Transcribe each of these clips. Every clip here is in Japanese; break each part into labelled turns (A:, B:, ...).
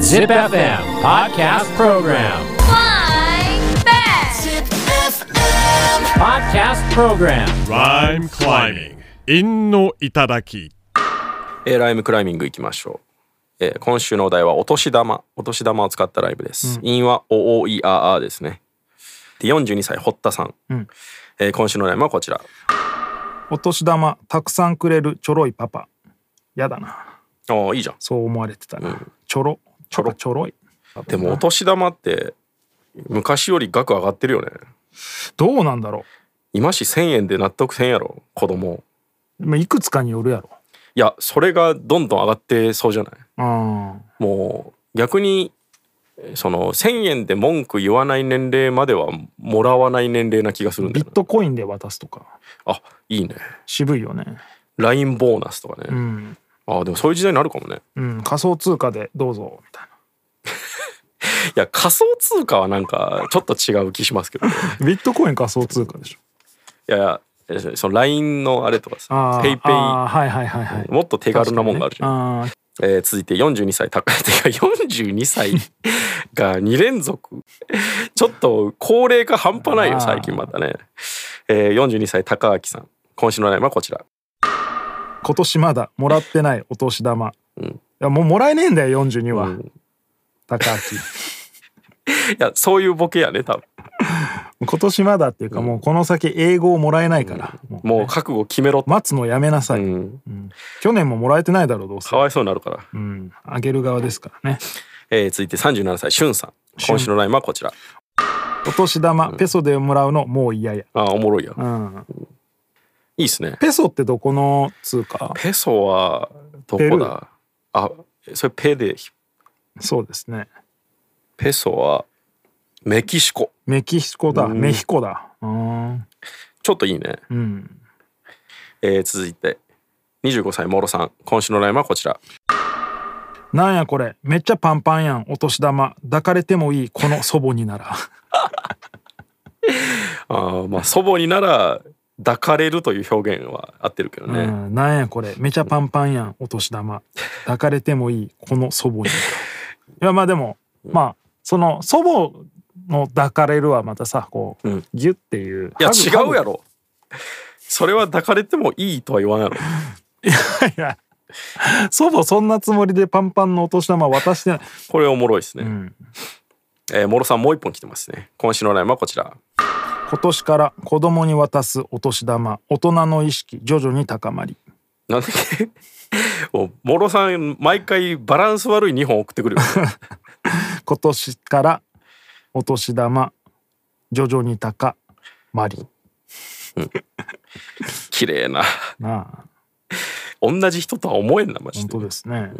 A: Zip FM Podcast Program.
B: Flying back.
A: Podcast Program.
C: Rhyme climbing 陰の頂き
D: えーライムクライミングいきましょう、えー今週のお題はお年玉お年玉を使ったライブです、陰は OOERR ですねで42歳堀田さん、
E: うん
D: えー今週のライムはこちら
E: お年玉たくさんくれるちょろいパパやだな
D: ああいいじゃん
E: そう思われてたな、ちょろちょろちょろい
D: でもお年玉って昔より額上がってるよね
E: どうなんだろ
D: 今し1,000円で納得せんやろ子供
E: うまあいくつかによるやろ
D: いやそれがどんどん上がってそうじゃない
E: うん
D: もう逆にえーその1,000円で文句言わない年齢まではもらわない年齢な気がするんだ
E: ビ
D: よ
E: ッ
D: ね
E: トコインで渡すとか
D: あいいね
E: 渋いよね
D: LINE ボーナスとかね、
E: うん、
D: ああでもそういう時代になるかもね
E: うん、仮想通貨でどうぞみたい
D: いや仮想通貨はなんかちょっと違う気しますけどね
E: なビットコイン仮想通貨でしょ
D: いやいやえその LINE のあれとか
E: あ
D: さ
E: ー
D: ペイペ
E: あーはいはいはいはい
D: イもっと手軽なもんがあるじゃん、
E: ん、あー
D: えー続いて42歳高いてか42歳が2連続ちょっと高齢化半端ないよ最近またね、えー、42歳高明さん今週のラインはこちら
E: 今年まだもらってないお年玉、
D: うん
E: いやもうもらえねえんだよ42は、
D: うん
E: 高
D: いやそういうボケやね多分
E: 明今年まだっていうか、もうこの先英語をもらえないから、もう
D: もう覚悟決めろって、
E: 待つのやめなさい、
D: うん、
E: 去年ももらえてないだろうどうせ
D: かわいそうになるから、
E: うんあげる側ですからね
D: えー続いて37歳しゅんさん
E: 俊
D: 今週のラインはこちら
E: お年玉ペソでもらうのもう嫌や、
D: あーおもろいや
E: うん、
D: いいっすね
E: ペソってどこの通貨
D: ペソはど
E: ペ
D: こ
E: ルー
D: だあそれペで
E: そうですね
D: ペソはメキシコ
E: メキシコだ
D: うん
E: メヒコだうん
D: ちょっといいね、
E: うん
D: えー続いて25歳もろさん今週のラインはこちら
E: なんやこれめっちゃパンパンやんお年玉抱かれてもいいこの祖母になら
D: あーまあ祖母になら抱かれるという表現は合ってるけどね、
E: うん、なんやこれめちゃパンパンやんお年玉抱かれてもいいこの祖母にならいやまあでもまあその祖母の抱かれるはまたさこう、
D: うん
E: ギュッっていう
D: いや
E: ハグ
D: 違うやろそれは抱かれてもいいとは言わんやろ
E: いや祖母そんなつもりでパンパンのお年玉渡してない、
D: これおもろいですね、
E: うん、
D: えー、もろさんもう一本来てますね今週のラインはこちら
E: 今年から子供に渡すお年玉大人の意識徐々に高まり
D: なんだっけもうもろさん毎回バランス悪い2本送ってくる よ
E: 今年からお年玉徐々に高まり
D: 綺麗な
E: なあ
D: 同じ人とは思えんなマジ
E: 本
D: で
E: 当、ですね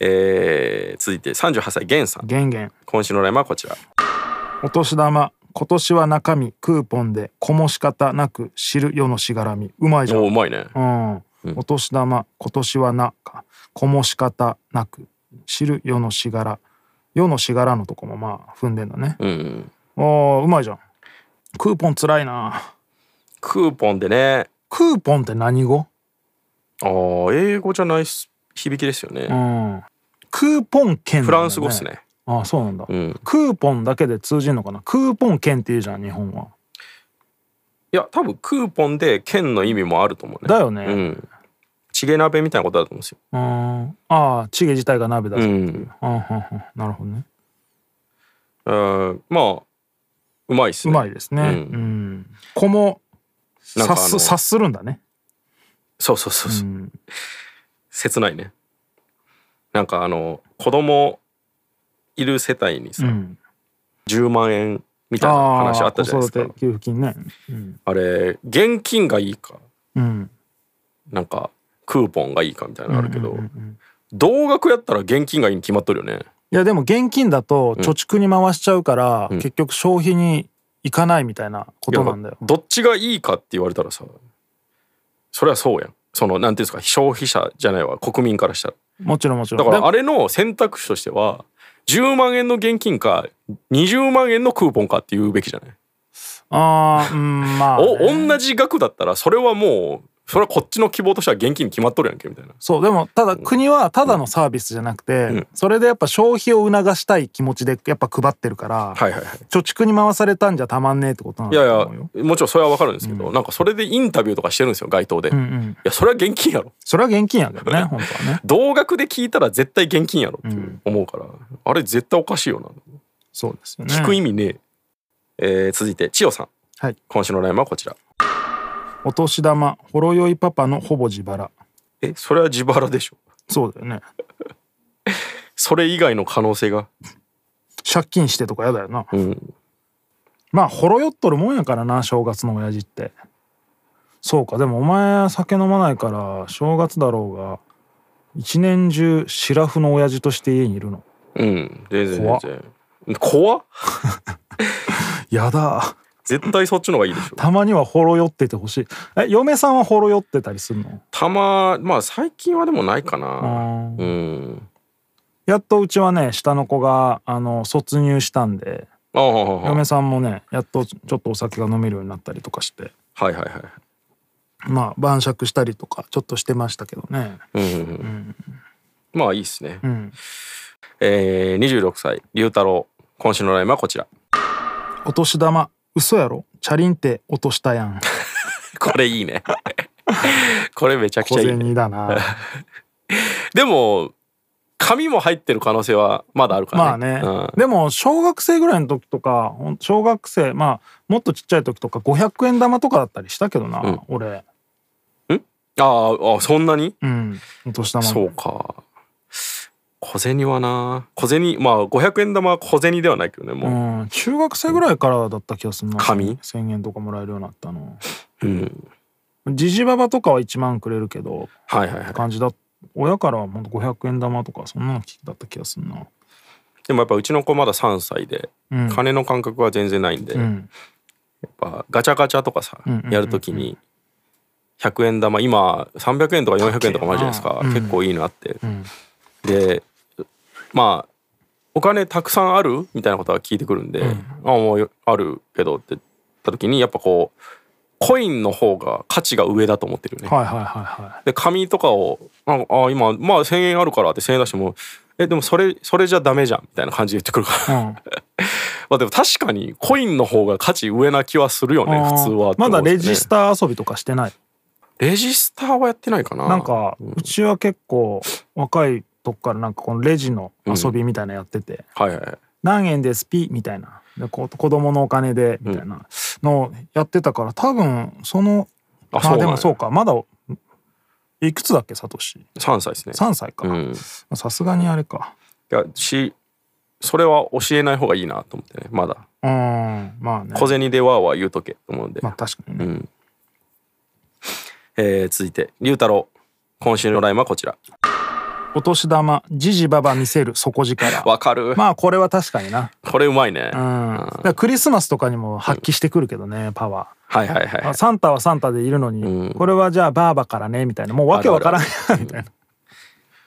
D: えー続いて38歳ゲンさん
E: ゲンゲン
D: 今週のラインはこちら
E: お年玉今年は中身クーポンでこも仕方なく知る世のしがらみうまいじゃん
D: おうまいね
E: うん、お年玉今年はなかこもし方なく知る世のしがら世のしがらのとこもまあ踏んでんだね、
D: うん
E: ああうまいじゃんクーポンつらいな
D: クーポンでね
E: クーポンって何語、
D: あー英語じゃないっす響きですよね、
E: うん、クーポン券なんだね、
D: フランス語っすね
E: ああそうなんだ、
D: うん
E: クーポンだけで通じんのかなクーポン券っていうじゃん日本はい
D: や多分クーポンで券の意味もあると思うね
E: だよね
D: うんチゲ鍋みたいなことだと思うんですよ、
E: うんああチゲ自体が鍋だぞ、
D: う
E: う
D: ん
E: んうんうんなるほどね
D: うんまあうまいっす
E: う
D: ね
E: まいですね。
D: う
E: うんん。子も
D: なんかあ
E: 察
D: の
E: す察するんだね。
D: そうそうそうそうう、
E: ん。
D: 切ないねなんかあの子供いる世帯にさ、
E: うん
D: 10万円みたいな
E: あ
D: 話あ
E: あ、
D: ったじ
E: 子
D: ゃない
E: 育
D: です
E: て
D: か
E: 給付金ね。うん。
D: あれ現金がいいか
E: うん。
D: なんかクーポンがいいかみたいなのあるけど、
E: うんうんうん
D: 同額やったら現金がいいに決まっとるよね
E: いやでも現金だと貯蓄に回しちゃうから、
D: ん
E: 結局消費に行かないみたいなことなんだよ
D: いや。どっちがいいかって言われたらさそれはそうやんそのなんていうんですか消費者じゃないわ国民からしたら
E: もちろんもちろ
D: だ
E: ん。
D: か
E: で
D: ら
E: も
D: あれの選択肢としては10万円の現金か20万円のクーポンかって言うべきじゃない
E: ああ、うんまあね、
D: お同じ額だったらそれはもうそれはこっちの希望としては現金に決まっとるやんけみたいな
E: そうでもただ国はただのサービスじゃなくて、
D: ん
E: それでやっぱ消費を促したい気持ちでやっぱ配ってるか
D: は
E: ら、
D: いはいはい
E: 貯蓄に回されたんじゃたまんねえってことなん
D: い
E: だ
D: やい
E: と思うよ。
D: やもちろんそれは分かるんですけど、なんかそれでインタビューとかしてるんですよ街頭で、
E: うんう
D: い
E: ん、
D: やそれは現金やろ
E: それは現金やけど ね本当はね
D: 同額で聞いたら絶対現金やろって
E: うん
D: 思うから、あれ絶対おかしいよな
E: そうですよね
D: 聞く意味ねえ、えー続いて千代さん、
E: はい
D: 今週のラインはこちら
E: お年玉ほろ酔いパパのほぼ自腹
D: えそれは自腹でしょ
E: そうだよね
D: それ以外の可能性が
E: 借金してとかやだよな
D: うん
E: まあほろ酔っとるもんやからな正月の親父ってそうかでもお前酒飲まないから正月だろうが一年中シラフの親父として家にいるの
D: うん全然
E: 怖っ
D: 全然怖っ
E: やだ
D: 絶対そっちの方がいいでしょ
E: たまにはほろ酔っててほしいえ嫁さんはほろ酔ってたりするの
D: たままあ最近はでもないかな
E: あー
D: うん
E: やっとうちはね下の子があの卒入したんで
D: ああはい
E: 嫁さんもねやっとちょっとお酒が飲めるようになったりとかして
D: はいはい
E: まあ晩酌したりとかちょっとしてましたけどね
D: うんうんうん、まあいいっすね、
E: うん
D: えー、26歳龍太郎今週のラインはこちら
E: お年玉嘘やろチャリンって落とし たやん
D: これいいね これめちゃく
E: 小
D: ちゃいいね
E: 銭だ な
D: でも紙も入ってる可能性はまだあるから
E: まあね、
D: うん
E: でも小学生ぐらいの時とかほん小学生まあもっとちっちゃい時とか500円玉とかだったりしたけどな、
D: ん
E: 俺
D: ああそんなに
E: うんお年玉
D: そうか小銭はな小銭まあ500円玉は小銭ではないけどねもう、
E: うん、中学生ぐらいからだった気がするな
D: 紙
E: 1000円とかもらえるようになったの
D: うん
E: ジジババとかは1万くれるけど
D: はいはいはい
E: 感じだ親からはほんと500円玉とかそんなのだった気がするな
D: でもやっぱうちの子まだ3歳で、
E: うん
D: 金の感覚は全然ないんで、
E: うん
D: やっぱガチャガチャとかさ、
E: んうんうんうん
D: やるときに100円玉今300円とか400円とかもあるじゃないですか、
E: 高えな
D: 結構いいのあって、
E: ん
D: でまあお金たくさんあるみたいなことは聞いてくるんで、あもうよあるけどって言った時にやっぱこうコインの方が価値が上だと思ってるよね。
E: はいはいはいは
D: で紙とかを「ああ今まあ1,000円あるから」って1,000円出しても「えでもそれそれじゃダメじゃん」みたいな感じで言ってくるから、
E: い、うん、
D: まあでも確かにコインの方が価値上な気はするよね
E: あ
D: 普
E: ー
D: 通はって思
E: ま
D: うんですよね、
E: だレジスター遊びとかしてない
D: レジスターはやってないかな。
E: なんかうちは結構若いとこからなんかこのレジの遊びみたいなのやってて、
D: はいはいはい。
E: 何円ですピみたいなでこ子供のお金でみたいなのをやってたから多分その
D: あ
E: ま
D: そうなん
E: あ
D: や
E: でもそうかまだいくつだっけサトシ
D: 3歳ですね。
E: 3歳
D: う
E: か
D: ん。い
E: さすがにあれか
D: やしそれは教えない方がいいなと思ってねまだ
E: うんまあね
D: 小銭でわーわー言うとけと思うんで。
E: まあ確かにね、
D: うん。えー、続いて龍太郎今週のラインはこちら。
E: お年玉ジジババ見せる底力
D: わかる。
E: まあこれは確かにな
D: これうまいね。
E: うんだからクリスマスとかにも発揮してくるけどねパワー
D: はいはいはい。
E: あサンタはサンタでいるのに、
D: うん
E: これはじゃあバーバからねみたいなもうわけわからん やんみたいな。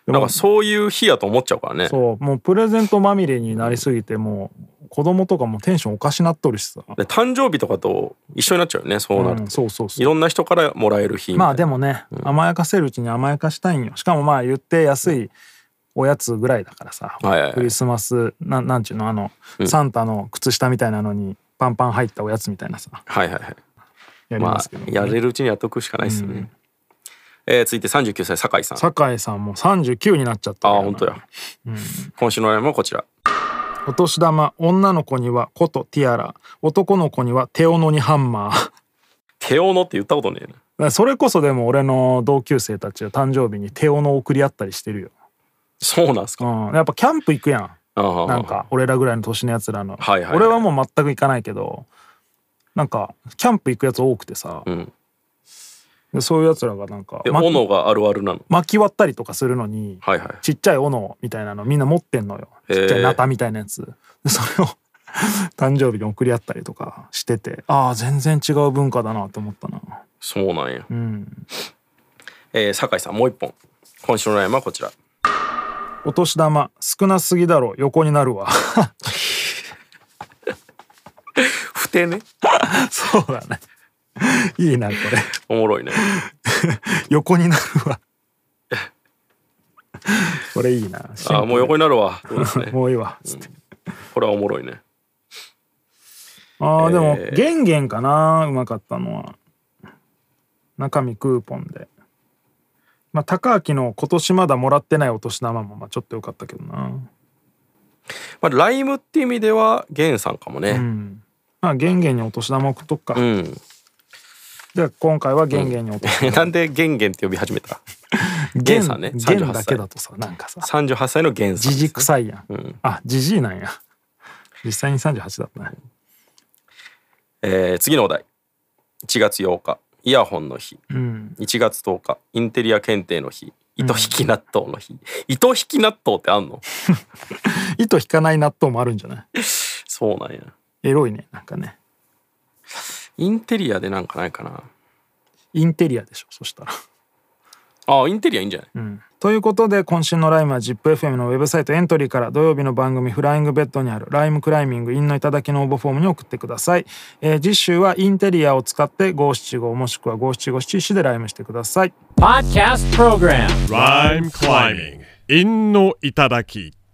E: で
D: なん
E: も
D: かそういう日やと思っちゃうからね。
E: そうもうプレゼントまみれになりすぎてもう子供とかもテンションおかしなっとるしさ、
D: で誕生日とかと一緒になっちゃうよねそうなると、
E: うんそうそう
D: い
E: そう
D: ろんな人からもらえる日みたいな
E: まあでもね、甘やかせるうちに甘やかしたいんよしかもまあ言って安いおやつぐらいだからさ、
D: はいはいはい
E: クリスマスなんなんちゅうのあの、サンタの靴下みたいなのにパンパン入ったおやつみたいなさ
D: はいはいはい
E: やり
D: ま
E: ますけ
D: あ
E: ど、ね
D: やれるうちにやっとくしかないですよね、えー続いて39歳酒井さん
E: 酒井さんも39になっちゃった
D: あ
E: よ
D: あ
E: な
D: 本当や、今週のライブもこちら
E: お年玉女の子には「ことティアラ」男の子には「手斧にハンマー
D: 「手斧」って言ったことねえな」
E: それこそでも俺の同級生たちは誕生日に手斧を送り合ったりしてるよ、
D: そうなんすか
E: うん、やっぱキャンプ行くやん
D: ああ
E: なんか俺らぐらいの年のやつらの、
D: はいはいはい
E: 俺はもう全く行かないけどなんかキャンプ行くやつ多くてさ、
D: ん
E: でそういうやつらがなんか
D: で
E: ま
D: 斧があるあるなの
E: 巻き割ったりとかするのに、
D: はいはい
E: ちっちゃい斧みたいなのみんな持ってんのよ
D: へー
E: ちっちゃいナタみたいなやつでそれを 誕生日に送り合ったりとかしててああ全然違う文化だなと思ったな
D: そうなんや、
E: うん
D: えー酒井さんもう一本今週のライブはこちら
E: お年玉少なすぎだろ横になるわ
D: 「不定ね
E: そうだねいいなこれ
D: おもろいね
E: 横になる わこれいいな
D: あーもう横になるわ。そうです
E: に
D: ね。
E: もういいわつって、
D: これはおもろいね。
E: あーでも、
D: えー
E: ゲンゲンかなうまかったのは中身クーポンでまあ高明の今年まだもらってないお年玉もまあちょっとよかったけどな
D: まあ、ライムって意味では、ゲンさんかも
E: う
D: ね。
E: んまあゲンゲンにお年玉送っとくか、
D: うん。
E: では今回はゲンゲンにお年玉、
D: なんでゲンゲンって呼び始めた
E: ゲ
D: ゲンさんね。
E: ゲ
D: 38
E: ンだけ
D: 歳。
E: だとさなんかさ
D: 38歳のゲンさん。
E: じじくさいやん、
D: ん
E: あじじいなんや実際に38だったね
D: えー次のお題。1月8日、イヤホンの日。
E: うん
D: 1月10日、インテリア検定の日。糸引き納豆の日。糸引き納豆ってあんの
E: 糸引かない納豆もあるんじゃない
D: そうなんや。
E: エロいねなんかね
D: インテリアでなんかないかな。
E: インテリアでしょそしたら
D: ああ、インテリアいいんじゃない
E: うんということで今週のライムは ZIPFM のウェブサイトエントリーから土曜日の番組「フライングベッド」にある「ライムクライミングインの頂き」の応募フォームに送ってください、えー次週はインテリアを使って五七五もしくは五七五七七でライムしてください
A: Podcast Program
C: Rhyme climbing. 陰の頂き。